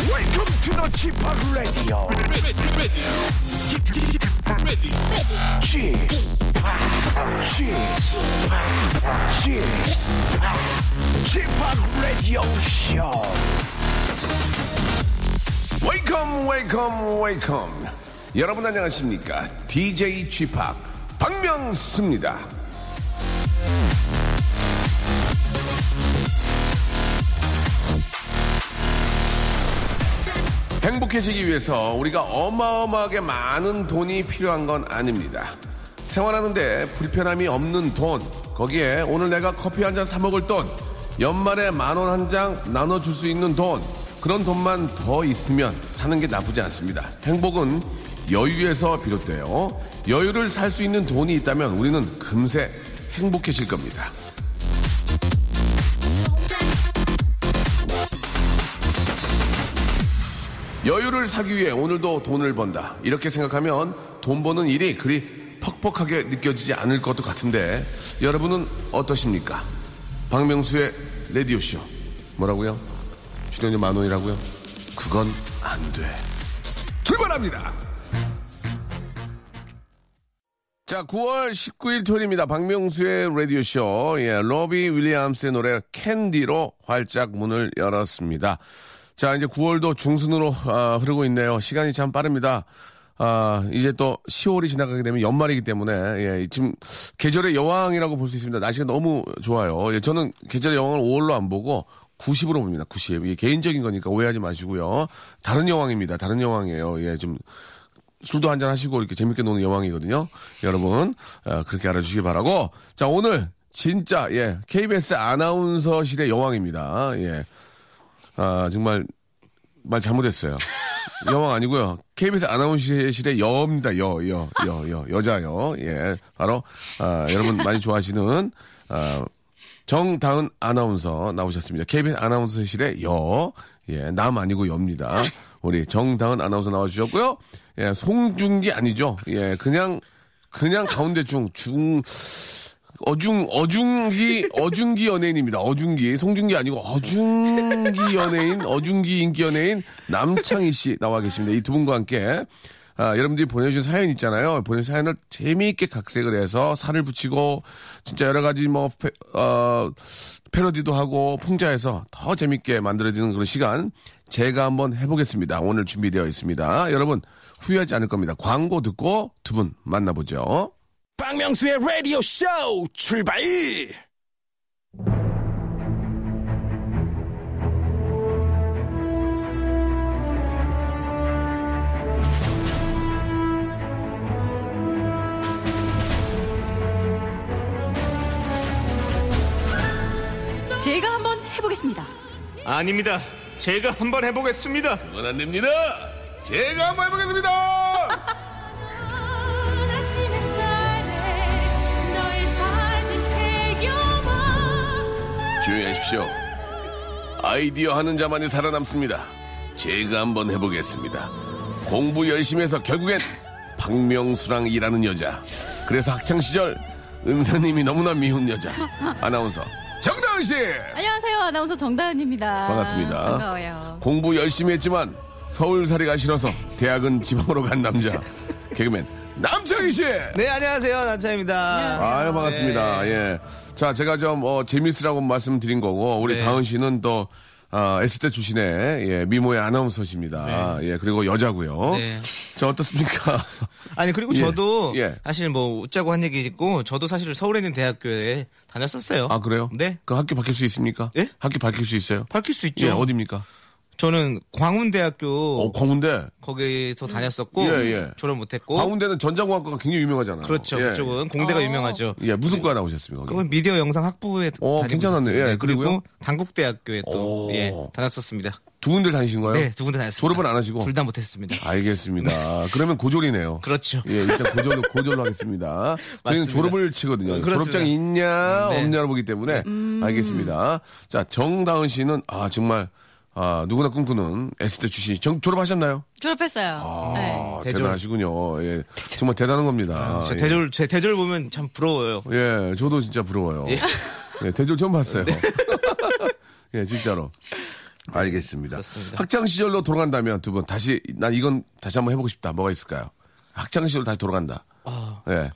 to the Chip Radio. ready, ready, ready, Chip, Chip, Chip, Chip Radio Show. 웨이컴 웨이컴 웨이컴 여러분 안녕하십니까 DJ g 팍 박명수입니다 행복해지기 위해서 우리가 어마어마하게 많은 돈이 필요한 건 아닙니다 생활하는데 불편함이 없는 돈 거기에 오늘 내가 커피 한 잔 사 먹을 돈 연말에 만 원 한 장 나눠줄 수 있는 돈 그런 돈만 더 있으면 사는 게 나쁘지 않습니다. 행복은 여유에서 비롯돼요. 여유를 살 수 있는 돈이 있다면 우리는 금세 행복해질 겁니다. 여유를 사기 위해 오늘도 돈을 번다. 이렇게 생각하면 돈 버는 일이 그리 퍽퍽하게 느껴지지 않을 것도 같은데 여러분은 어떠십니까? 박명수의 레디오쇼. 뭐라고요? 출연료 만 원이라고요? 그건 안 돼. 출발합니다! 자, 9월 19일 토요일입니다. 박명수의 라디오쇼. 예, 로비 윌리엄스의 노래 캔디로 활짝 문을 열었습니다. 자, 이제 9월도 중순으로 아, 흐르고 있네요. 시간이 참 빠릅니다. 아, 이제 또 10월이 지나가게 되면 연말이기 때문에, 예, 지금 계절의 여왕이라고 볼 수 있습니다. 날씨가 너무 좋아요. 예, 저는 계절의 여왕을 5월로 안 보고 90으로 봅니다. 90. 이게 개인적인 거니까 오해하지 마시고요. 다른 여왕입니다. 다른 여왕이에요. 예, 좀 술도 한잔 하시고 이렇게 재밌게 노는 여왕이거든요. 여러분 어, 그렇게 알아주시기 바라고 자 오늘 진짜 예 KBS 아나운서실의 여왕입니다. 예. 아 정말 말 잘못했어요. 여왕 아니고요. KBS 아나운서실의 여입니다. 여 여 여 여 여자요. 예 바로 아, 여러분 많이 좋아하시는 아, 정다은 아나운서 나오셨습니다. KBS 아나운서실의 여, 예, 남 아니고 여입니다. 우리 정다은 아나운서 나와주셨고요. 예, 송중기 아니죠. 예, 그냥, 그냥 가운데 중, 중, 어중, 어중기, 어중기 연예인입니다. 어중기. 송중기 아니고 어중기 연예인, 어중기 인기 연예인 남창희 씨 나와 계십니다. 이 두 분과 함께. 아, 여러분들이 보내주신 사연 있잖아요. 보내주신 사연을 재미있게 각색을 해서 살을 붙이고, 진짜 여러 가지 뭐, 페, 어, 패러디도 하고, 풍자해서 더 재미있게 만들어지는 그런 시간, 제가 한번 해보겠습니다. 오늘 준비되어 있습니다. 여러분, 후회하지 않을 겁니다. 광고 듣고 두 분 만나보죠. 박명수의 Radio Show 출발. 제가 한번 해보겠습니다. 아닙니다. 제가 한번 해보겠습니다. 그건 안 됩니다. 제가 한번 해보겠습니다. 조용히 하십시오. 아이디어 하는 자만이 살아남습니다. 제가 한번 해보겠습니다. 공부 열심히 해서 결국엔 박명수랑 일하는 여자. 그래서 학창시절 은사님이 너무나 미운 여자. 아나운서 정다은 씨! 안녕하세요. 아나운서 정다은입니다. 반갑습니다. 반가워요. 공부 열심히 했지만 서울살이가 싫어서 대학은 지방으로 간 남자. 개그맨 남창희 씨! 네, 안녕하세요. 난차입니다. 아유 반갑습니다. 예. 자 제가 좀 어, 재밌으라고 말씀드린 거고 우리 네. 다은 씨는 또 아, S대 출신의 예, 미모의 아나운서십니다. 예 그리고 여자고요. 네. 자 어떻습니까? 아니, 그리고 예, 저도 예. 사실 뭐 웃자고 한 얘기고 저도 사실 서울에 있는 대학교에 다녔었어요. 아 그래요? 네. 그 학교 바뀔 수 있습니까? 예? 학교 바뀔 수 있어요? 밝힐 수 있죠. 예 어디입니까? 저는 광운대학교 어 광운대. 거기서 다녔었고 예, 예. 졸업 못했고 광운대는 전자공학과가 굉장히 유명하잖아요. 어? 그렇죠. 예. 그쪽은 공대가 유명하죠. 예 무슨 과 나오셨습니까? 거기? 그건 미디어 영상 학부에 어, 다니고 괜찮았네. 있었어요. 예, 네, 그리고요? 그리고 단국대학교에 오. 또 예, 다녔었습니다. 두 군데 다니신 거예요? 네, 두 군데 다녔습니다. 졸업은 안 하시고? 아. 둘 다 못했습니다. 알겠습니다. 그러면 고졸이네요. 그렇죠. 예, 일단 고졸로, 고졸로 하겠습니다. 저희는 맞습니다. 음, 졸업을 치거든요. 그렇습니다. 졸업장이 있냐, 네. 음. 없냐를 보기 때문에. 알겠습니다. 자, 정다은 씨는, 아, 정말, 아, 누구나 꿈꾸는 S대 출신. 정, 졸업하셨나요? 졸업했어요. 네. 아, 대졸. 대단하시군요. 예. 정말 대단한 겁니다. 제 예. 대졸 제 대졸 보면 참 부러워요. 예, 네. 저도 진짜 부러워요. 예, 대졸 처음 봤어요. 예, 진짜로. 알겠습니다. 그렇습니다. 학창 시절로 돌아간다면 두 분 다시 난 이건 다시 한번 해보고 싶다. 뭐가 있을까요? 학창 시절로 다시 돌아간다. 아, 예.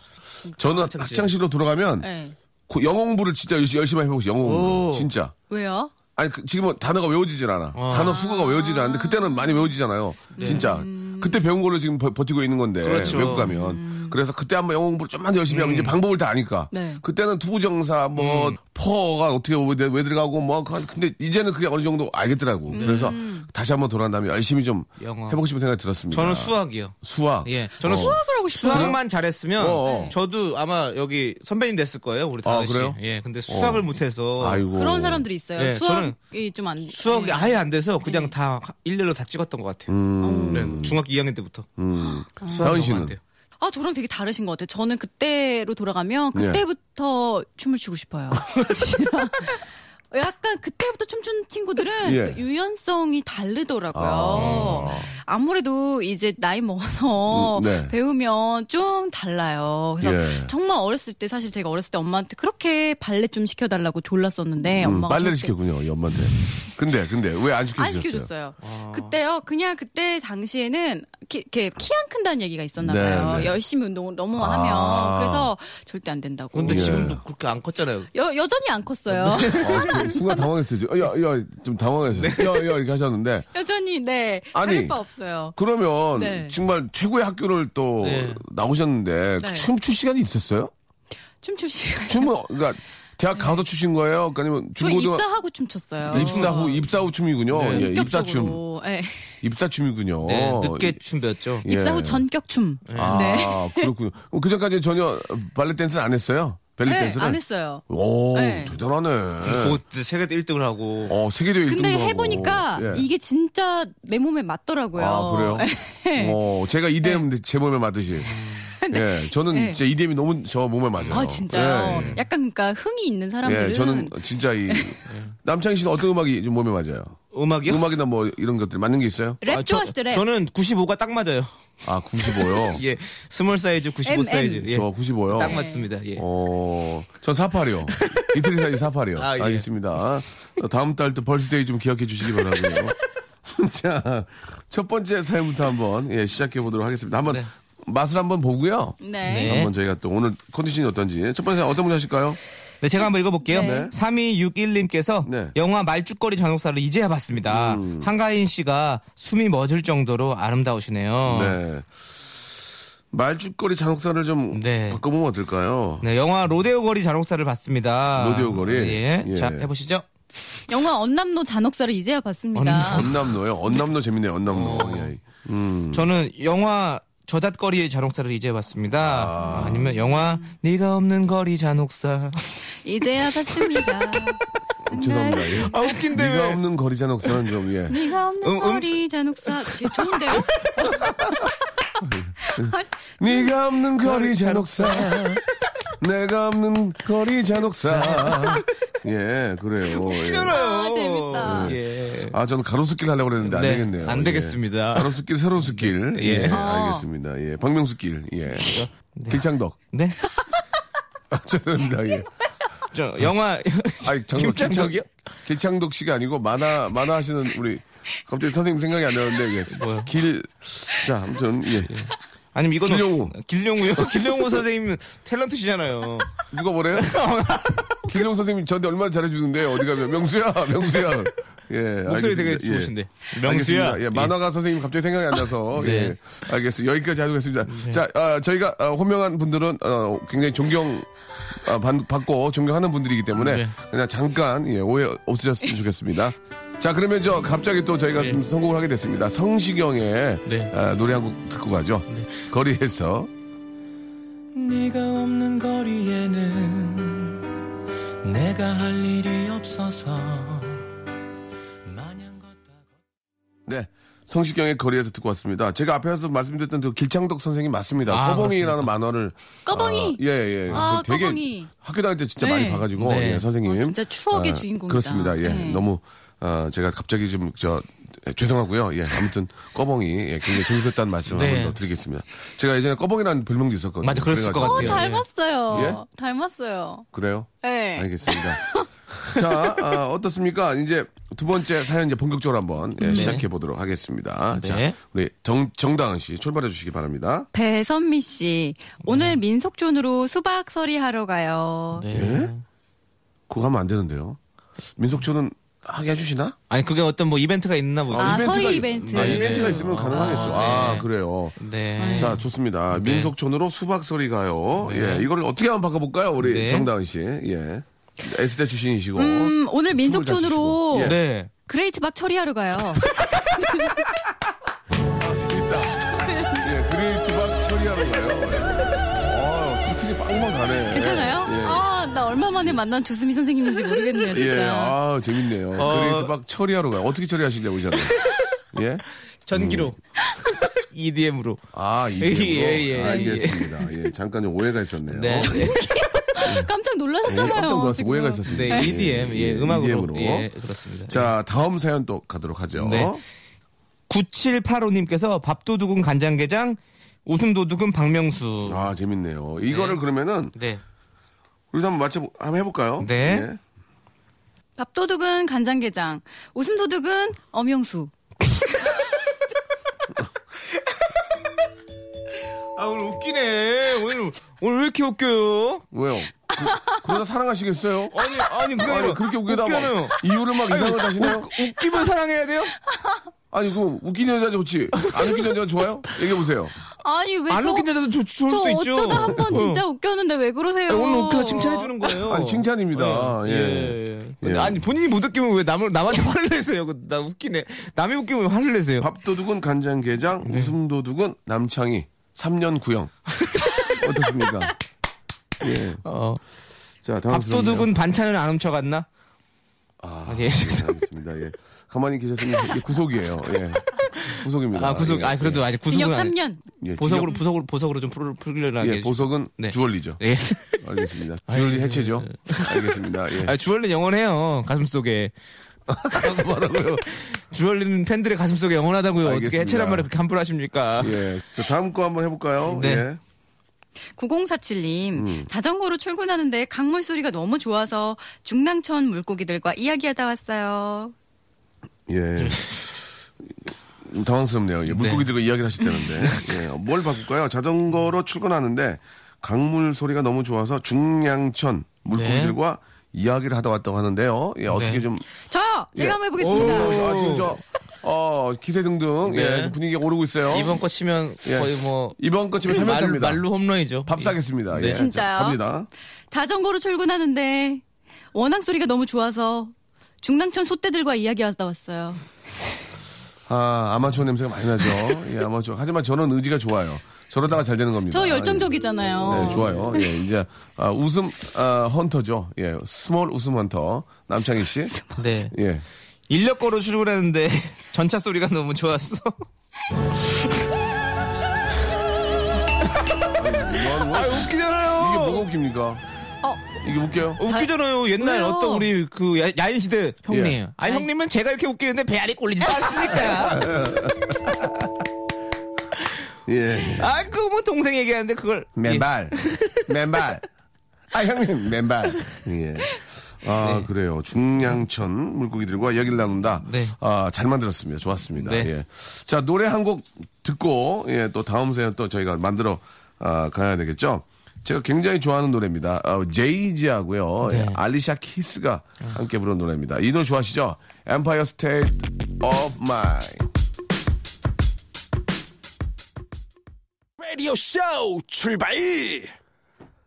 저는 학창 시절. 학창 시절로 돌아가면 네. 그 영어 공부를 진짜 열심히, 열심히 해보고 싶어요. 영어 공부 오. 진짜. 왜요? 아니 그, 지금은 단어가 외워지질 않아. 단어 수거가 외워지질 않는데 그때는 많이 외워지잖아요. 진짜. 그때 배운 걸로 지금 버, 버티고 있는 건데 그렇죠. 외국 가면 그래서 그때 한번 영어 공부를 좀만 더 열심히 하면 이제 방법을 다 아니까. 네. 그때는 투부정사 뭐 퍼가 어떻게 왜, 왜 들어가고 뭐 그- 근데 이제는 그게 어느 정도 알겠더라고. 그래서 다시 한번 돌아간 다음에 열심히 좀 영어. 해보고 싶은 생각이 들었습니다. 저는 수학이요. 수학. 예, 저는 수, 수학을 하고 싶어요. 학만 잘했으면 어, 어. 저도 아마 여기 선배님 됐을 거예요, 우리 다은 아, 씨. 그래요? 어. 예, 근데 수학을 못해서 아이고. 그런 사람들이 있어요. 네, 저는 수학이 좀 안. 수학이 네. 아예 안 돼서 그냥 다 일렬로 다 찍었던 것 같아요. 네, 중학교 2학년 때부터. 수학이 음, 다은 너무 씨는? 안 돼요. 아, 저랑 되게 다르신 것 같아요. 저는 그때로 돌아가면 네. 그때부터 춤을 추고 싶어요. 약간 그때부터 춤춘 친구들은 예. 그 유연성이 다르더라고요. 아. 무래도 이제 나이 먹어서 음, 네. 배우면 좀 달라요. 그래서 예. 정말 어렸을 때 사실 제가 어렸을 때 엄마한테 그렇게 발레 좀 시켜달라고 졸랐었는데 음, 엄마가 빨래를 절대- 시켰군요, 이 엄마한테. 근데, 근데, 왜 안 시켜주셨어요? 아. 안 시켜줬어요. 그때요, 그냥 그때 당시에는 키, 안 큰다는 얘기가 있었나 네, 봐요. 네. 열심히 운동을 너무 아. 하면. 그래서 절대 안 된다고. 근데 예. 지금도 그렇게 안 컸잖아요. 여, 여전히 안 컸어요. 아, 그 순간 당황했어요. 야, 야, 좀 당황했어요. 네. 야, 야, 이렇게 하셨는데. 여전히, 네. 아니. 아닐 바 없어요. 그러면 네. 정말 최고의 학교를 또 네. 나오셨는데 네. 춤출 시간이 있었어요? 춤출 시간. 춤은 그러니까 대학 가서 추신 거예요? 그러니까 아니면 저 중고등 아, 입사하고 춤췄어요. 입사 후 입사 후 춤이군요. 예, 입사 춤. 본격적으로. 네. 입사 어, 춤이군요. 네, 늦게 춤 배웠죠. 예. 입사 후 전격 춤. 네. 아, 그렇군요. 그 전까지 전혀 발레 댄스는 안 했어요? 발레 네, 댄스를? 안 했어요. 오, 네. 대단하네. 그때 세계 대 1등을 하고 어, 세계대회 1등도 근데 하고. 해보니까 예. 이게 진짜 내 몸에 맞더라고요. 네. 아, 그래요? 어, 제가 EDM 제 몸에 맞듯이. 예, 저는 네. 진짜 EDM이 너무 저 몸에 맞아요. 아, 진짜요? 예, 예. 약간 그러니까 흥이 있는 사람들은 네. 예, 저는 진짜 이 남창희 씨는 어떤 음악이 좀 몸에 맞아요? 음악이요? 음악이나 뭐 이런 것들 맞는 게 있어요? 랩 아, 저- 좋아하시죠 랩? 저는 95가 딱 맞아요. 아, 95요. 예, 스몰 사이즈 95 MM. 사이즈. 예. 저 95요. 딱 맞습니다. 예. 어, 전 48이요. 이태리 사이즈 48이요. 아, 예. 알겠습니다. 다음 달 또 벌스데이 좀 기억해 주시기 바라고요. 자, 첫 번째 사연부터 한번 예, 시작해 보도록 하겠습니다. 한번 네. 맛을 한번 보고요. 네. 네. 한번 저희가 또 오늘 컨디션이 어떤지 첫 번째 어떤 분 하실까요? 네, 제가 한번 읽어볼게요. 네. 3261님께서 네. 영화 말죽거리 잔혹사를 이제야 봤습니다. 한가인 씨가 숨이 멎을 정도로 아름다우시네요. 네. 말죽거리 잔혹사를 좀 네. 바꿔보면 어떨까요? 네, 영화 로데오 거리 잔혹사를 봤습니다. 로데오 거리? 예. 예. 자, 해보시죠. 영화 언남노 잔혹사를 이제야 봤습니다. 언남노요. 언남노 재밌네요. 언남노. 예. 저는 영화 저잣거리의 잔혹사를 이제 봤습니다. 아... 니면 영화 네가 없는 거리 잔혹사. 이제야 봤습니다. 죄송합니다. 예. 아 웃긴데 네가 없는 거리 잔혹사는 좀 예. 네가 없는 음, 음. 거리 잔혹사 제 아, 좋은데요? 네가 없는 거리 잔혹사. 내가 없는 거리 잔혹사. 예, 그래요. 예. 아, 재밌다. 예. 아, 저는 가로수길 하려고 그랬는데 안 네, 되겠네요. 안 되겠습니다. 예. 가로수길, 새로수길. 예. 예. 아. 알겠습니다. 예. 박명수길. 예. 길창덕. 네. 아, 죄송합니다. 예. 저 영화 아니, 잠깐만. 김창덕이요? 길창- 길창덕 씨가 아니고 만화, 만화 하시는 우리 갑자기 선생님 생각이 안 나는데, 예. 길. 자, 아무튼, 예. 아니면 이거는 길령우. 길령우요. 길령우 선생님 탤런트시잖아요. 누가 뭐래요? 길용 선생님 저한테 얼마나 잘해주는데, 어디 가면. 명수야, 명수야. 예. 목소리 되게 알겠습니다. 예. 좋으신데. 알겠습니다. 예, 만화가 선생님 갑자기 생각이 안 나서. 네. 예. 알겠습니다. 여기까지 하겠습니다. 자, 아, 저희가 아, 호명한 분들은 어, 굉장히 존경 아, 받- 받고 존경하는 분들이기 때문에 네. 그냥 잠깐 예, 오해 없으셨으면 좋겠습니다. 자, 그러면 저 갑자기 또 저희가 좀 성공을 하게 됐습니다. 성시경의 네. 아, 노래 한 곡 듣고 가죠. 거리에서. 네가 없는 거리에는 내가 할 일이 없어서 마냥 걷다 걷다 네. 성시경의 거리에서 듣고 왔습니다. 제가 앞에서 말씀드렸던 그 길창덕 선생님 맞습니다. 아, 꺼봉이라는 만화를 꺼벙이. 아, 예, 예. 그래서 아, 되게 꺼벙이. 학교 다닐 때 진짜 네. 많이 봐가지고 네. 예, 선생님. 아, 어, 진짜 추억의 주인공이다. 그렇습니다. 예, 네. 너무 아, 제가 갑자기 좀 저 죄송하고요. 예, 아무튼 꺼벙이 예, 굉장히 재밌었다는 말씀을 네. 한번 더 드리겠습니다. 제가 예전에 꺼벙이라는 별명도 있었거든요. 맞아, 그랬을 것 그래가지고. 어, 같아요. 닮았어요. 닮았어요. 그래요? 네. 알겠습니다. 자, 아, 어떻습니까? 이제 두 번째 사연 이제 본격적으로 한번 예, 시작해 보도록 하겠습니다. 네. 자, 우리 정, 정다은 씨 출발해 주시기 바랍니다. 배선미 씨, 네. 오늘 민속촌으로 수박 서리하러 가요. 네. 예? 그거 하면 안 되는데요. 민속촌은 하게 해주시나? 아니 그게 어떤 뭐 이벤트가 있나 보죠. 아, 이벤트가 서리 있- 이벤트. 아, 네, 이벤트가 네. 있으면 가능하겠죠. 아, 네. 그래요. 네. 자, 좋습니다. 네. 민속촌으로 수박소리 가요. 예, 이거를 어떻게 한번 바꿔볼까요? 우리 네. 정다은 씨. 예. S대 출신이시고. 음, 아, 오늘 춤을 잘 민속촌으로 추시고. 예. 네. 그레이트 박 처리하러 가요. 아, 재밌다. 예, 그레이트 박 처리하러 가요. 예. 어, 터틀이 빵빵 가네. 괜찮아요? 예. 아, 나 얼마 만에 만난 조수미 선생님인지 모르겠네요, 진짜. 예, 아, 재밌네요. 그레이트 박 처리하러 가요. 어떻게 처리하시려고 저는. 예? 전기로 EDM으로. 아, 예, 이게. 뭐, 예, 예. 알겠습니다. 예, 잠깐 좀 오해가 있었네요. 네. 네. 깜짝 오, 놀라셨잖아요. 깜짝 놀랐어요. 지금. 오해가 있었습니다. 네, EDM 예, 음악으로 EDM 으로. 예, 그렇습니다. E 자, 다음 사연 또 가도록 하죠. 네. 9785님께서 밥도둑은 간장게장, 웃음도둑은 박명수. 아, 재밌네요. 이거를 그러면은 네. 우리도 한번 맞춰 한번 해볼까요? 네. 예. 밥도둑은 간장게장, 웃음도둑은 엄영수. 아, 오늘 웃기네. 오늘, 오늘 왜 이렇게 웃겨요? 왜요? 그, 그러다 사랑하시겠어요? 아니, 아니, 그게 아니 그렇게 웃기다 웃겨요. 막 이유를 막 이상을 하시네요. 웃기면 사랑해야 돼요? 아니 그 웃긴 여자 좋지 안 웃긴 여자 좋아요? 얘기해 보세요. 아니, 왜 안 저, 웃긴 여자도 좋, 좋을 저 수도 있죠. 어쩌다 한 번 진짜 웃겼는데 왜 그러세요? 어. 오늘 웃겨 칭찬해주는 거예요. 아니 칭찬입니다. 예. 예. 근데 예. 아니 본인이 못 웃기면 왜 남을 남한테 화를 내세요? 그거 나 웃기네. 남이 웃기면 왜 화를 내세요? 밥도둑은 간장게장, 네. 웃음도둑은 남창희, 3년 구형. 어떻습니까? 예. 어, 자 다음 밥도둑은 반찬을 안 훔쳐갔나? 아, 아, 예. 예. 알겠습니다. 예. 가만히 계셨으면 이게 구속이에요. 예. 구속입니다. 아 구속. 예. 아 그래도 아직 구속은 징역 안- 3년. 예, 보석으로 징역- 보석으로 보석으로 좀 풀- 풀리려나. 예, 보석은 네. 주얼리죠. 예. 알겠습니다. 주얼리 해체죠. 알겠습니다. 예. 아, 주얼리 영원해요. 가슴 속에. 뭐라고요? 주얼리는 팬들의 가슴 속에 영원하다고요. 알겠습니다. 어떻게 해체란 말을 그렇게 함부로 하십니까? 예. 자, 다음 거 한번 해볼까요? 네. 예. 9047님, 자전거로 출근하는데 강물 소리가 너무 좋아서 중랑천 물고기들과 이야기하다 왔어요. 예. 음, 당황스럽네요. 예, 물고기들과 이야기를 하셨다는데. 예. 뭘 바꿀까요? 자전거로 출근하는데 강물 소리가 너무 좋아서 중량천 물고기들과 이야기를 하다 왔다고 하는데요. 예, 어떻게 네. 좀. 저요! 제가 예. 한번 오, 해보겠습니다. 아, 지금 저, 어, 기세 등등. 네. 예, 분위기가 오르고 있어요. 이번 거 치면 예. 거의 뭐 이번 거 집에 3면 말, 됩니다. 말로 홈런이죠. 밥 예. 사겠습니다. 네. 예. 자, 진짜요? 갑니다. 자전거로 출근하는데 원앙 소리가 너무 좋아서 중랑천 소떼들과 이야기하다 왔어요. 아, 아마추어 냄새가 많이 나죠. 예, 아마추어. 하지만 저는 의지가 좋아요. 저러다가 잘 되는 겁니다. 저 열정적이잖아요. 아, 어. 네, 좋아요. 예, 이제, 아, 웃음, 아, 헌터죠. 예, 스몰 웃음 헌터. 남창희 씨. 네. 예. 인력거로 출근했는데 전차 소리가 너무 좋았어. 뭐, 뭐, 웃기잖아요. 이게 뭐가 웃깁니까? 어, 이게 웃겨요? 웃기잖아요. 옛날 왜요? 어떤 우리 그 야, 야인 시대 형님. 예. 아, 아니 형님은 제가 이렇게 웃기는데 배알이 꼴리지도 않습니까? 예. 아, 그 뭐 동생 얘기하는데 그걸 맨발. 예. 맨발. 아, 형님, 맨발. 예. 아, 그래요. 중량천 물고기들과 이야기를 나눈다. 네. 아, 잘 만들었습니다. 좋았습니다. 네. 예. 자, 노래 한 곡 듣고, 예, 또 다음 사연 또 저희가 만들어, 아, 가야 되겠죠? 제가 굉장히 좋아하는 노래입니다. 아, 제이지하고요. 네. 예, 알리샤 키스가 함께 부른 노래입니다. 이 노래 좋아하시죠? Empire State of Mind. Radio Show 출발!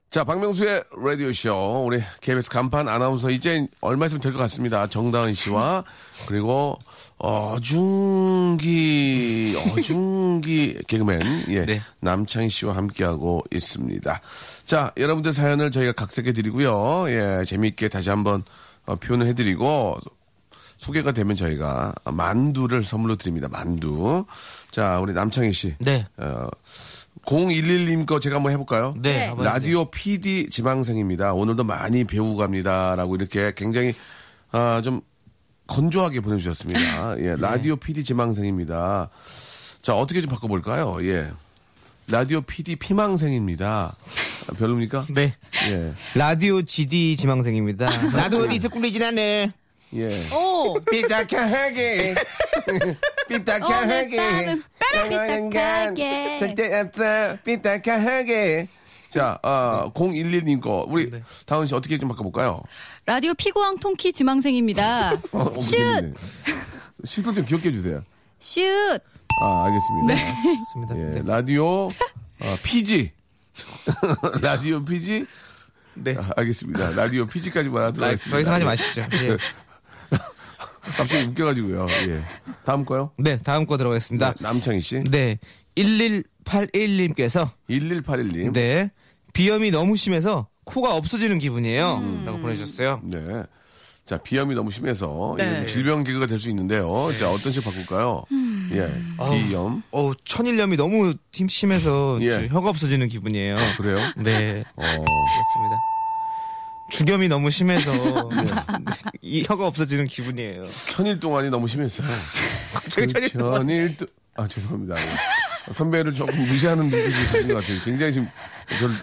자, 박명수의 라디오쇼. 우리 KBS 간판 아나운서 이제 얼마 있으면 될 것 같습니다. 정다은 씨와 그리고 어중기, 어중기 개그맨. 예. 네. 남창희 씨와 함께하고 있습니다. 자, 여러분들 사연을 저희가 각색해 드리고요. 예. 재미있게 다시 한번 어, 표현을 해 드리고 소개가 되면 저희가 만두를 선물로 드립니다. 만두. 자, 우리 남창희 씨. 네. 어, 011님 거 제가 한번 해볼까요? 네, 네. 한번 라디오 PD 지망생입니다. 오늘도 많이 배우고 갑니다. 라고 이렇게 굉장히, 아, 좀 건조하게 보내주셨습니다. 예, 라디오 PD 지망생입니다. 자, 어떻게 좀 바꿔볼까요? 예. 라디오 PD 피망생입니다. 아, 별로입니까? 네. 예. 라디오 GD 지망생입니다. 나도 어디서 꾸미진 않네. 예. 오. 삐딱하게. 어, 오늘 밤은 삐딱하게. 절대 없어. 삐딱하게. 자, 아, 011님 거. 우리 다은 씨 어떻게 좀 바꿔볼까요? 라디오 피고왕 통키 지망생입니다. 어, 어, 슛! 재밌네. 슛을 좀 귀엽게 해주세요. 슛! 아, 알겠습니다. 좋습니다. 예, 네. 라디오 어, 피지. 라디오 피지? 네. 아, 알겠습니다. 라디오 피지까지만 하도록 라- 하겠습니다. 더 이상 하지 마시죠. 예. 갑자기 웃겨가지고요. 예. 다음 거요? 네, 다음 거 들어가겠습니다. 네, 남창희 씨. 네. 1181님께서 1181님. 네. 네. 비염이 너무 심해서 코가 없어지는 기분이에요. 라고 보내주셨어요. 네. 자, 비염이 너무 심해서 네. 이건 질병 개그가 될 수 있는데요. 자, 어떤 식으로 바꿀까요? 음. 예. 비염. 어우, 천일염이 너무 팀 심해서 예. 아, 지금 혀가 없어지는 기분이에요. 그래요? 네. 어. 그렇습니다. 주겸이 너무 심해서 이 혀가 없어지는 기분이에요. 천일 동안이 너무 심했어요. 갑자기 그 천일 동안. 천일 동 아, 죄송합니다. 예. 선배를 조금 무시하는 눈빛이 있는 것 같아요. 굉장히 지금 저를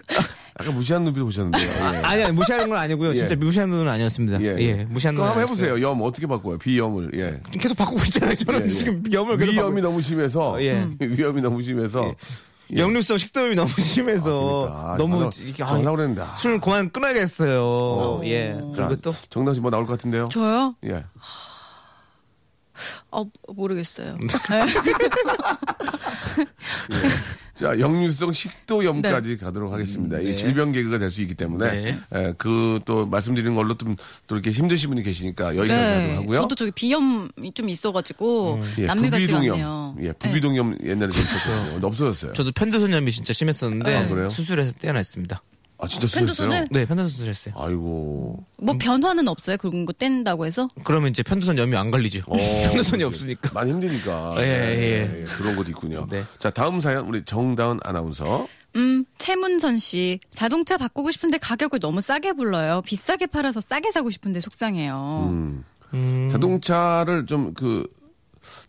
약간 무시하는 눈빛을 보셨는데요. 예. 아니, 아니, 무시하는 건 아니고요. 진짜 예. 무시하는 건 아니었습니다. 예, 예. 무시하는 그럼 건 한번 아니었어요. 해보세요. 염 어떻게 바꿔요? 비염을. 예. 계속 바꾸고 있잖아요. 저는 예, 예. 지금 염을 계속 바꾸고 위염이 너무 심해서. 예. 위염이 너무 심해서. 예. 역류성 식도염이 너무 아, 심해서 재밌다. 아, 너무 전화- 전화 그랬는데. 아. 술 그만 끊어야겠어요. 예. 그리고 또 정당 씨뭐 나올 것 같은데요? 저요? 예. 어, 모르겠어요. 네, 자, 역류성 식도염까지 네. 가도록 하겠습니다. 네. 이게 질병 개그가 될 수 있기 때문에 그 또 말씀드린 걸로 좀 또 이렇게 힘드신 분이 계시니까 여기까지 네. 하도록 하고요. 네. 저도 저기 비염이 좀 있어가지고 예, 남미 같지 않네요. 부비동염. 예, 부비동염 옛날에 좀 있었어요. 근데 없어졌어요. 저도 편도선염이 진짜 심했었는데 아, 그래요? 수술해서 떼어냈습니다. 아, 진짜 쓰셨어요? 팬도선을? 네, 편도선 수술했어요. 아이고. 뭐 변화는 없어요? 그런 거 뗀다고 해서? 그러면 이제 편도선염이 안 걸리죠. 어, 편도선이 이제 없으니까. 많이 힘드니까. 예, 예. 그런 것도 있군요. 네. 자, 다음 사연 우리 정다은 아나운서. 음, 최문선 씨. 자동차 바꾸고 싶은데 가격을 너무 싸게 불러요. 비싸게 팔아서 싸게 사고 싶은데 속상해요. 음. 음. 자동차를 좀 그,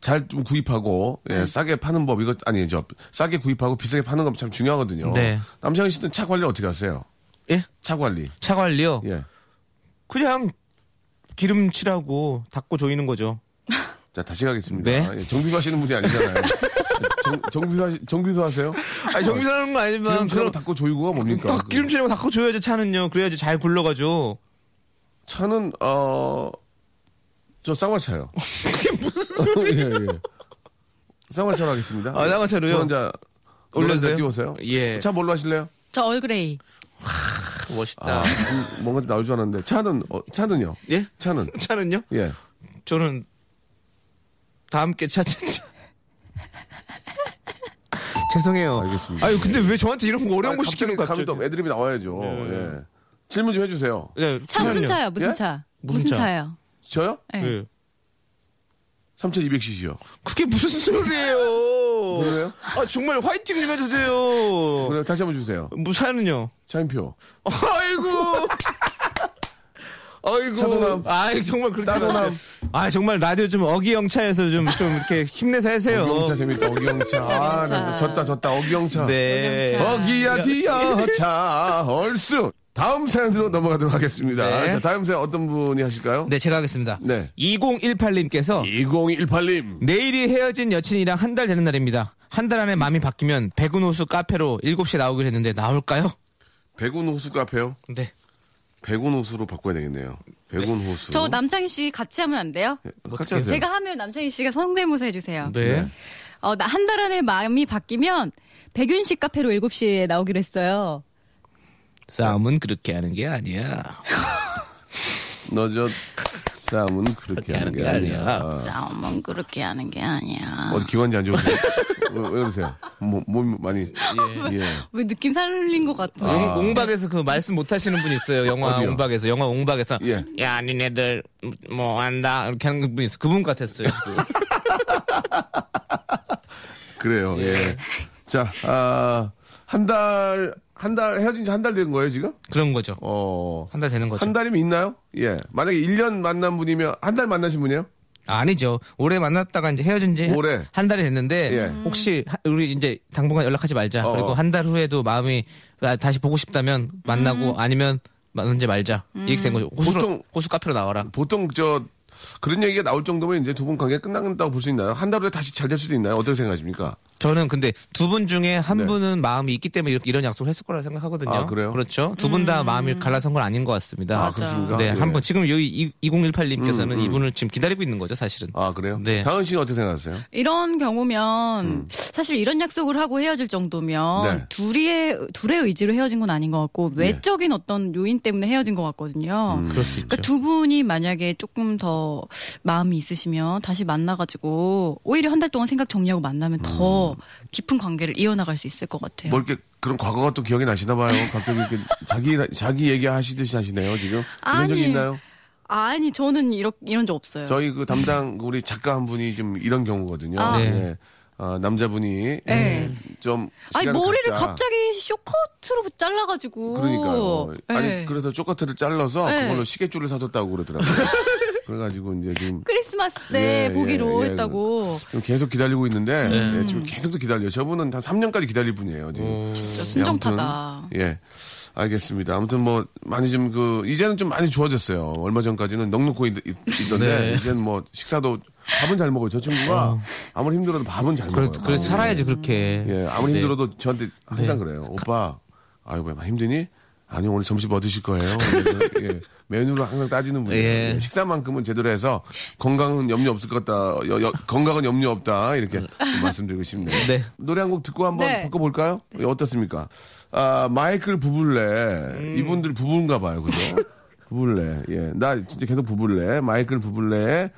잘 좀 구입하고 네. 예, 싸게 파는 법 이거 아니 저 싸게 구입하고 비싸게 파는 건 참 중요하거든요. 네. 남창희 씨는 차 관리 어떻게 하세요? 예? 차 관리. 차 관리요? 예. 그냥 기름 칠하고 닦고 조이는 거죠. 자 다시 가겠습니다. 네. 예, 정비소 하시는 분이 아니잖아요. 정, 정비소 하시, 정비소 하세요? 아니, 정비사는 건 아니지만 기름 칠하고 그럼 닦고 조이고가 뭡니까? 그 딱 기름 칠하고 닦고 조여야지 차는요. 그래야지 잘 굴러가죠. 차는 어저 쌍화차요. 그게 무슨 예, 예. 쌍화차로 하겠습니다. 아, 쌍화차로요? 저는 자 노란색 올려주세요. 띄워서요. 예. 차 뭘로 하실래요? 저 얼그레이. 멋있다. 아, 음, 뭔가 나올 줄 알았는데 차는 어, 차는요? 예? 차는 차는요? 예. 저는 다 함께 차차차. 죄송해요. 알겠습니다. 예. 아, 아유 근데 왜 저한테 이런 거 어려운 거 시키는 거 갑자기 갑자기? 또 애드립이 나와야죠. 예. 질문 좀 해주세요. 네, 차 무슨 차는요? 차예요? 무슨 예? 차? 무슨 무슨, 차? 차예요? 저요? 예. 예. 3,200cc요. 그게 무슨 소리예요? 그래요? 아 정말 화이팅 좀 해주세요. 그래요? 다시 한번 주세요. 뭐 차는요? 차인표. 아이고. 아이고. 차도남. 아이 정말 그렇게 따도남. 하세요. 아 정말 라디오 좀 어기영차에서 좀 좀 이렇게 힘내서 하세요. 어기영차 재밌다. 어기영차. 아, 나 졌다 졌다. 어기영차. 네. 어기영차. 어기야 디야 차 얼쑤. 다음 사연으로 넘어가도록 하겠습니다. 네. 자, 다음 사연 어떤 분이 하실까요? 네, 제가 하겠습니다. 네. 2018님께서 2018님. 내일이 헤어진 여친이랑 한 달 되는 날입니다. 한 달 안에 마음이 바뀌면 백운호수 카페로 7시에 나오기로 했는데 나올까요? 백운 호수 카페요? 네. 백운 호수로 바꿔야 되겠네요. 백운 호수. 저 남창희 씨 같이 하면 안 돼요? 같이 하세요. 제가 하면 남창희 씨가 성대모사 해주세요. 네. 어, 나 한 달 안에 마음이 바뀌면 백윤식 카페로 7시에 나오기로 했어요. 싸움은 그렇게 하는 게 아니야. 너저 싸움은 그렇게 하는 게 아니야. 싸움은 그렇게 하는 게 아니야. 어, 기관지 안 좋으세요? 어, 왜, 왜 그러세요? 몸, 몸 많이. 예. 왜 느낌 살린 것 같아. 옹- 옹박에서 그 말씀 못 하시는 분 있어요. 영화 어디요? 옹박에서. 영화 옹박에서. 예. 야, 니네들 뭐 한다. 이렇게 하는 분 있어요. 그분 같았어요. 지금. 그래요, 예. 자, 아, 한 달, 한 달, 헤어진 지 한 달 된 거예요, 지금? 그런 거죠. 어. 한 달 되는 거죠. 한 달이면 있나요? 예. 만약에 1년 만난 분이면, 한 달 만나신 분이에요? 아, 니죠 올해 만났다가 이제 헤어진 지 올해. 한 달이 됐는데 예. 혹시 하- 우리 이제 당분간 연락하지 말자. 어. 그리고 한 달 후에도 마음이 아, 다시 보고 싶다면 만나고 아니면 만나지 말자. 이렇게 된 거죠. 호수로, 보통- 호수 카페로 나와라. 보통 저 그런 얘기가 나올 정도면 이제 두 분 관계 끝난다고 볼 수 있나요? 한 달 후에 다시 잘 될 수도 있나요? 어떻게 생각하십니까? 저는 근데 두 분 중에 한 네. 분은 마음이 있기 때문에 이렇게- 이런 약속을 했을 거라 생각하거든요. 아, 그래요? 그렇죠. 두 분 다 마음이 갈라선 건 아닌 것 같습니다. 아, 그렇습니까? 네, 예. 음, 한 번 지금 여기 2018님께서는 이분을 지금 기다리고 있는 거죠, 사실은. 아 그래요? 네. 다은 씨는 어떻게 생각하세요? 이런 경우면 사실 이런 약속을 하고 헤어질 정도면 네. 둘이의 둘의 의지로 헤어진 건 아닌 것 같고 외적인 어떤 요인 때문에 헤어진 것 같거든요. 그럴 수 있죠. 그러니까 두 분이 만약에 조금 더 마음이 있으시면 다시 만나가지고 오히려 한 달 동안 생각 정리하고 만나면 음. 더 깊은 관계를 이어나갈 수 있을 것 같아요. 뭐 이렇게 그런 과거가 또 기억이 나시나 봐요. 갑자기 이렇게 자기 자기 얘기 하시듯이 하시네요. 지금 이런 적이 아니. 있나요? 아니 저는 이렇 이런 적 없어요. 저희 그 담당 우리 작가 한 분이 좀 이런 경우거든요. 아. 네. 예. 아, 남자분이 네. 좀 아니 시간을 머리를 갖자. 갑자기 쇼커트로 잘라가지고 그러니까요. 예. 아니 그래서 쪼커트를 잘라서 네. 그걸로 시계줄을 사줬다고 그러더라고요. 그래가지고 이제 지금 크리스마스 때 예, 보기로 예, 예. 했다고 지금 계속 기다리고 있는데 네. 예, 지금 계속 기다려요. 저분은 한 3년까지 기다릴 분이에요. 지금. 진짜 예, 순정타다. 아무튼, 예. 알겠습니다. 아무튼 뭐 많이 좀 그 이제는 좀 많이 좋아졌어요. 얼마 전까지는 넉넉고 있, 던데 네. 이제는 뭐 식사도 밥은 잘 먹어요. 저 친구가 아무리 힘들어도 밥은 잘 그래, 먹어요. 그래 그렇죠. 살아야지 그렇게. 예, 아무리 네. 힘들어도 저한테 항상 그래요. 오빠, 아유, 왜 힘드니? 아니요, 오늘 점심 뭐 드실 거예요? 예, 메뉴로 항상 따지는 분이에요. 예. 예, 식사만큼은 제대로 해서 건강은 염려 없을 것 같다. 여- 여- 건강은 염려 없다. 이렇게 좀 말씀드리고 싶네요. 네. 노래 한 곡 듣고 한번 네. 바꿔볼까요? 예, 어떻습니까? 아, 마이클 부블레. 음. 이분들 부부인가 봐요. 그죠? 부블레. 예. 나 진짜 계속 부블레. 마이클 부블레의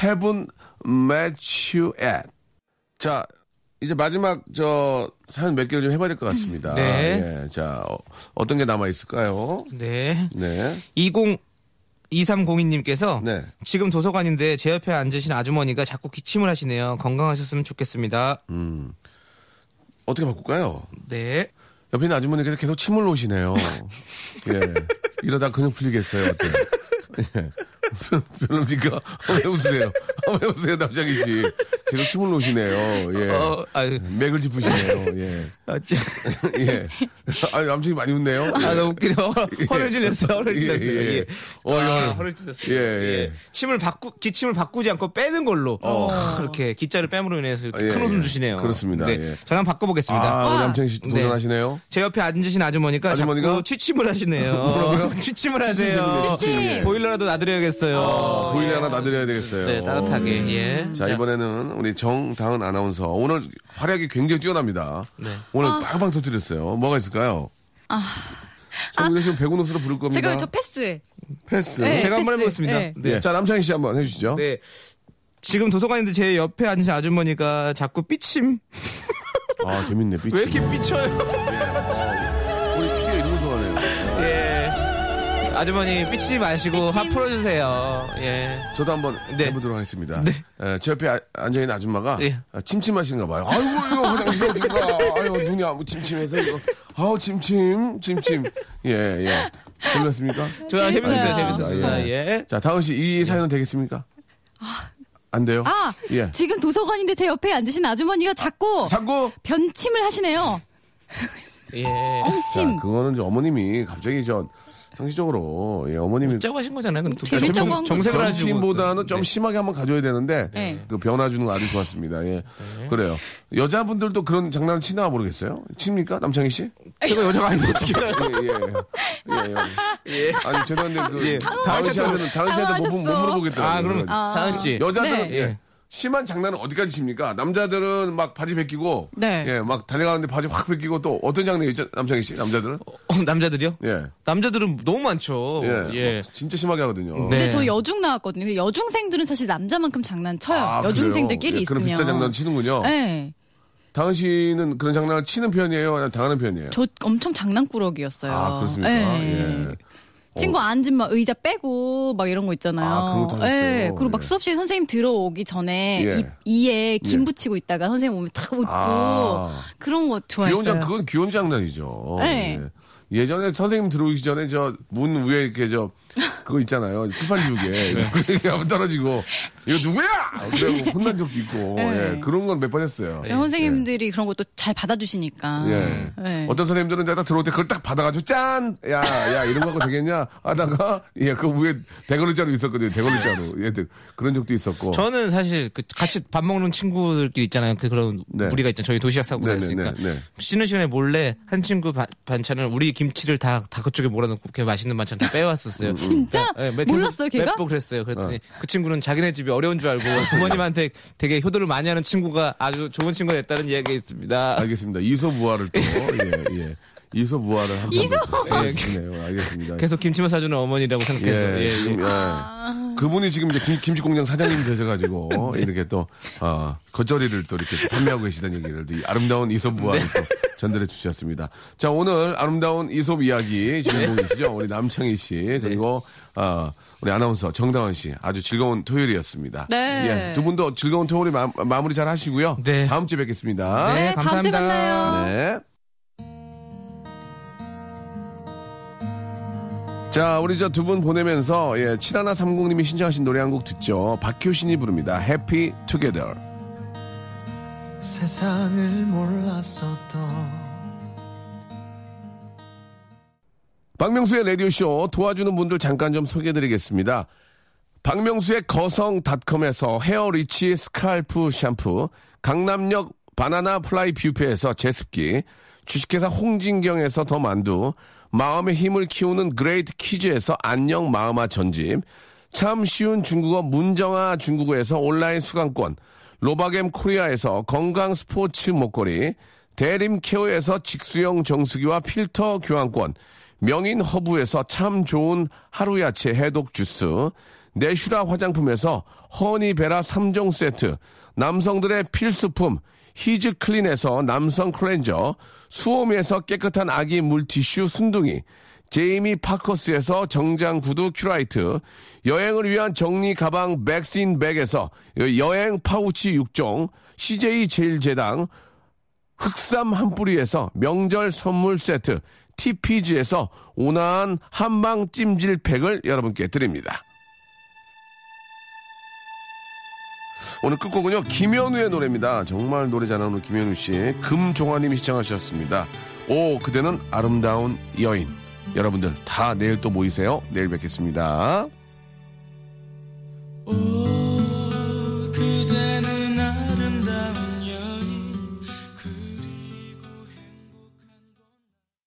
Heaven Met You At. 자, 이제 마지막 저 사연 몇 개를 좀 해봐야 될 것 같습니다. 네. 예, 자, 어, 떤게 남아 있을까요? 네. 네. 20 2302님께서 네. 지금 도서관인데 제 옆에 앉으신 아주머니가 자꾸 기침을 하시네요. 건강하셨으면 좋겠습니다. 음. 어떻게 바꿀까요? 네. 옆에 있는 아주머니께서 계속 침을 놓으시네요. 예. 이러다 근육 풀리겠어요. 어때요? 예. 별로니까 왜 웃으세요? 어, 왜 웃으세요, 남자기 씨? 계속 침을 놓으시네요. 예. 어, 아유. 맥을 짚으시네요. 예. 아, 저- 예. 아, 남친이 많이 웃네요. 아, 너무 웃기네. 허를 질렸어요. 허를 예, 질렸어요. 예. 예. 어이, 아, 어이. 허를 질렸어요. 예, 예, 예. 어. 침을 바꾸, 기침을 바꾸지 않고 빼는 걸로. 아, 그렇게 기자를 뺨으로 인해서 이렇게 예, 큰 웃음 예. 주시네요. 그렇습니다. 네. 예. 저랑 바꿔보겠습니다. 아, 우리 남창희 씨 도전하시네요. 제 옆에 앉으신 아주머니가, 아주머니가? 자꾸 취침을 하시네요. 취침을 하세요. 예, 취침. 아. 취침. 보일러라도 놔드려야겠어요. 보일러 하나 놔드려야 되겠어요. 네, 따뜻하게. 예. 자, 이번에는 우리 정다은 아나운서. 오늘 활약이 굉장히 뛰어납니다. 네. 오늘 아. 빵빵 터뜨렸어요. 뭐가 있을까요? 자, 우리 지금 백운호수로 부를 겁니다. 아. 제가 저 패스. 패스. 네, 제가 한번 패스. 해보겠습니다. 네. 네. 예, 자, 남창희 씨 한번 해주시죠. 네. 지금 도서관인데 제 옆에 앉으신 아주머니가 자꾸 삐침. 아, 재밌네. 삐치. 왜 이렇게 삐쳐요? 우리 피가 이런 거 좋아하네요. 예. 아주머니 삐치지 마시고 화 풀어주세요. 예. 저도 한번 네. 해보도록 하겠습니다. 에, 제 옆에 아- 앉아있는 아줌마가 예. 아, 침침하신가 봐요. 아이고, 이거 화장실 어디 가. 아유, 눈이 아무 침침해서 이거. 아우, 침침, 침침. 예, 예. 놀랐습니까? 좋아, 재밌었어요, 재밌어요. 재밌었어요. 아, 예. 자, 다은 씨, 이 사연은 되겠습니까? 안 돼요? 아 예. 지금 도서관인데 제 옆에 앉으신 아주머니가 자꾸 자꾸! 변침을 하시네요. 예. 엉침. 자, 그거는 이제 어머님이 갑자기 저 상식적으로, 예, 어머님이. 짜고 하신 거잖아요. 근데 재밌- 재밌- 정성- 정색을 하시고. 네. 정신보다는 좀 심하게 한번 가져야 되는데 네. 그 변화 주는 거 아주 좋았습니다. 예, 네. 그래요. 여자분들도 그런 장난을 치나 모르겠어요. 칩니까 남창희 씨? 제가 여자가 아닌데 어떻게 알아요? 예, 예, 예, 예. 아니 죄송한데 그 다은 씨한테는 다은 씨한테 못, 못 당황하셨어. 물어보겠더라고요. 아, 그럼 다은 씨. 여자들은 네. 예. 심한 장난은 어디까지 칩니까? 남자들은 막 바지 벗기고 네. 예, 막 달려가는데 바지 확 벗기고 또 어떤 장난이 있죠? 남창희 씨, 남자들은? 어, 남자들이요? 예. 남자들은 너무 많죠. 예. 예. 진짜 심하게 하거든요. 네. 근데 저 여중 나왔거든요. 근데 여중생들은 사실 남자만큼 장난쳐요. 아, 여중생들끼리 그래요? 예, 그런 있으면. 비슷한 장난 치는군요. 네. 다은 씨는 그런 장난을 치는 편이에요? 아니면 당하는 편이에요? 저 엄청 장난꾸러기였어요. 아, 그렇습니까? 네. 예. 친구 앉은 막 의자 빼고 막 이런 거 있잖아요. 아, 그런 것도 하셨어요. 예, 그리고 막 예. 수업시에 선생님 들어오기 전에 예. 입- 이에 김 예. 붙이고 있다가 선생님 오면 탁 웃고 아. 그런 거 좋아했어요. 귀여운 장, 그건 귀여운 장난이죠. 네. 예. 예전에 선생님 들어오기 전에 저 문 위에 이렇게 저 그거 있잖아요. 네. 티팔리우게 이렇게 한번 떨어지고 이거 누구야? 그리고 혼난 적도 있고 네. 예, 그런 건 몇 번 했어요. 네, 선생님들이 그런 것도 잘 받아주시니까. 예. 네. 어떤 선생님들은 내가 들어올 때 그걸 딱 받아가지고 짠! 야, 야, 이런 거 하고 되겠냐? 하다가, 예, 그 위에 대걸음자로 있었거든요. 대걸음자로. 얘들. 그런 적도 있었고. 저는 사실 그 같이 밥 먹는 친구들끼리 있잖아요. 그 그런 네. 무리가 있잖아요. 저희 도시락 싸고 네, 그랬으니까 네, 네, 네. 쉬는 시간에 몰래 한 친구 바- 반찬을 우리 김치를 다 다 그쪽에 몰아넣고 그 맛있는 반찬 다 음, 빼왔었어요. 진짜? 네, 몇- 몰랐어요, 걔가? 계속 몇 번 그랬어요. 그랬더니 그 친구는 자기네 집이 어려운 줄 알고 부모님한테 되게 효도를 많이 하는 친구가 아주 좋은 친구가 됐다는 이야기가 있습니다. 알겠습니다. 이소무화를 또, 예, 예. 이소무화를 한번. 이소! 예, 주네요. 알겠습니다. 계속 김치만 사주는 어머니라고 예, 생각해서 예, 예. 지금, 예. 그분이 지금 이제 김, 김치 공장 사장님 되셔가지고 네. 이렇게 또 어, 겉절이를 또 이렇게 판매하고 계시다는 얘기를 또 이 아름다운 네. 이솝부와를 또 전달해 주셨습니다. 자 오늘 아름다운 이솝 이야기 네. 주인공이시죠 우리 남창희 씨 그리고 어, 우리 아나운서 정다원 씨 아주 즐거운 토요일이었습니다. 네. 예, 두 분도 즐거운 토요일 마, 마무리 잘 하시고요. 네. 다음 주에 뵙겠습니다. 네, 다음 주에 감사합니다. 만나요. 예, 네. 자, 우리 저 두 분 보내면서 예, 7130님이 신청하신 노래 한 곡 듣죠. 박효신이 부릅니다. 해피 투게더. 세상을 몰랐었던 박명수의 라디오쇼 도와주는 분들 잠깐 좀 소개해드리겠습니다. 박명수의 거성닷컴에서 헤어리치 스칼프 샴푸, 강남역 바나나 플라이 뷰페에서 제습기, 주식회사 홍진경에서 더 만두, 마음의 힘을 키우는 그레이트 키즈에서 안녕 마음아 전집, 참 쉬운 중국어 문정아 중국어에서 온라인 수강권, 로바겜 코리아에서 건강 스포츠 목걸이, 대림 케어에서 직수형 정수기와 필터 교환권, 명인 허브에서 참 좋은 하루 야채 해독 주스, 내슈라 화장품에서 허니베라 3종 세트, 남성들의 필수품 히즈 클린에서 남성 클렌저, 수오미에서 깨끗한 아기 물티슈 순둥이, 제이미 파커스에서 정장 구두 큐라이트, 여행을 위한 정리 가방 백신 백에서 여행 파우치 6종, CJ 제일제당, 흑삼 한 뿌리에서 명절 선물 세트, TPG에서 온화한 한방 찜질팩을 여러분께 드립니다. 오늘 끝곡은요, 김현우의 노래입니다. 정말 노래 잘하는 우리 김현우 씨, 금종아님이 시청하셨습니다. 오, 그대는 아름다운 여인. 여러분들 다 내일 또 모이세요. 내일 뵙겠습니다. 오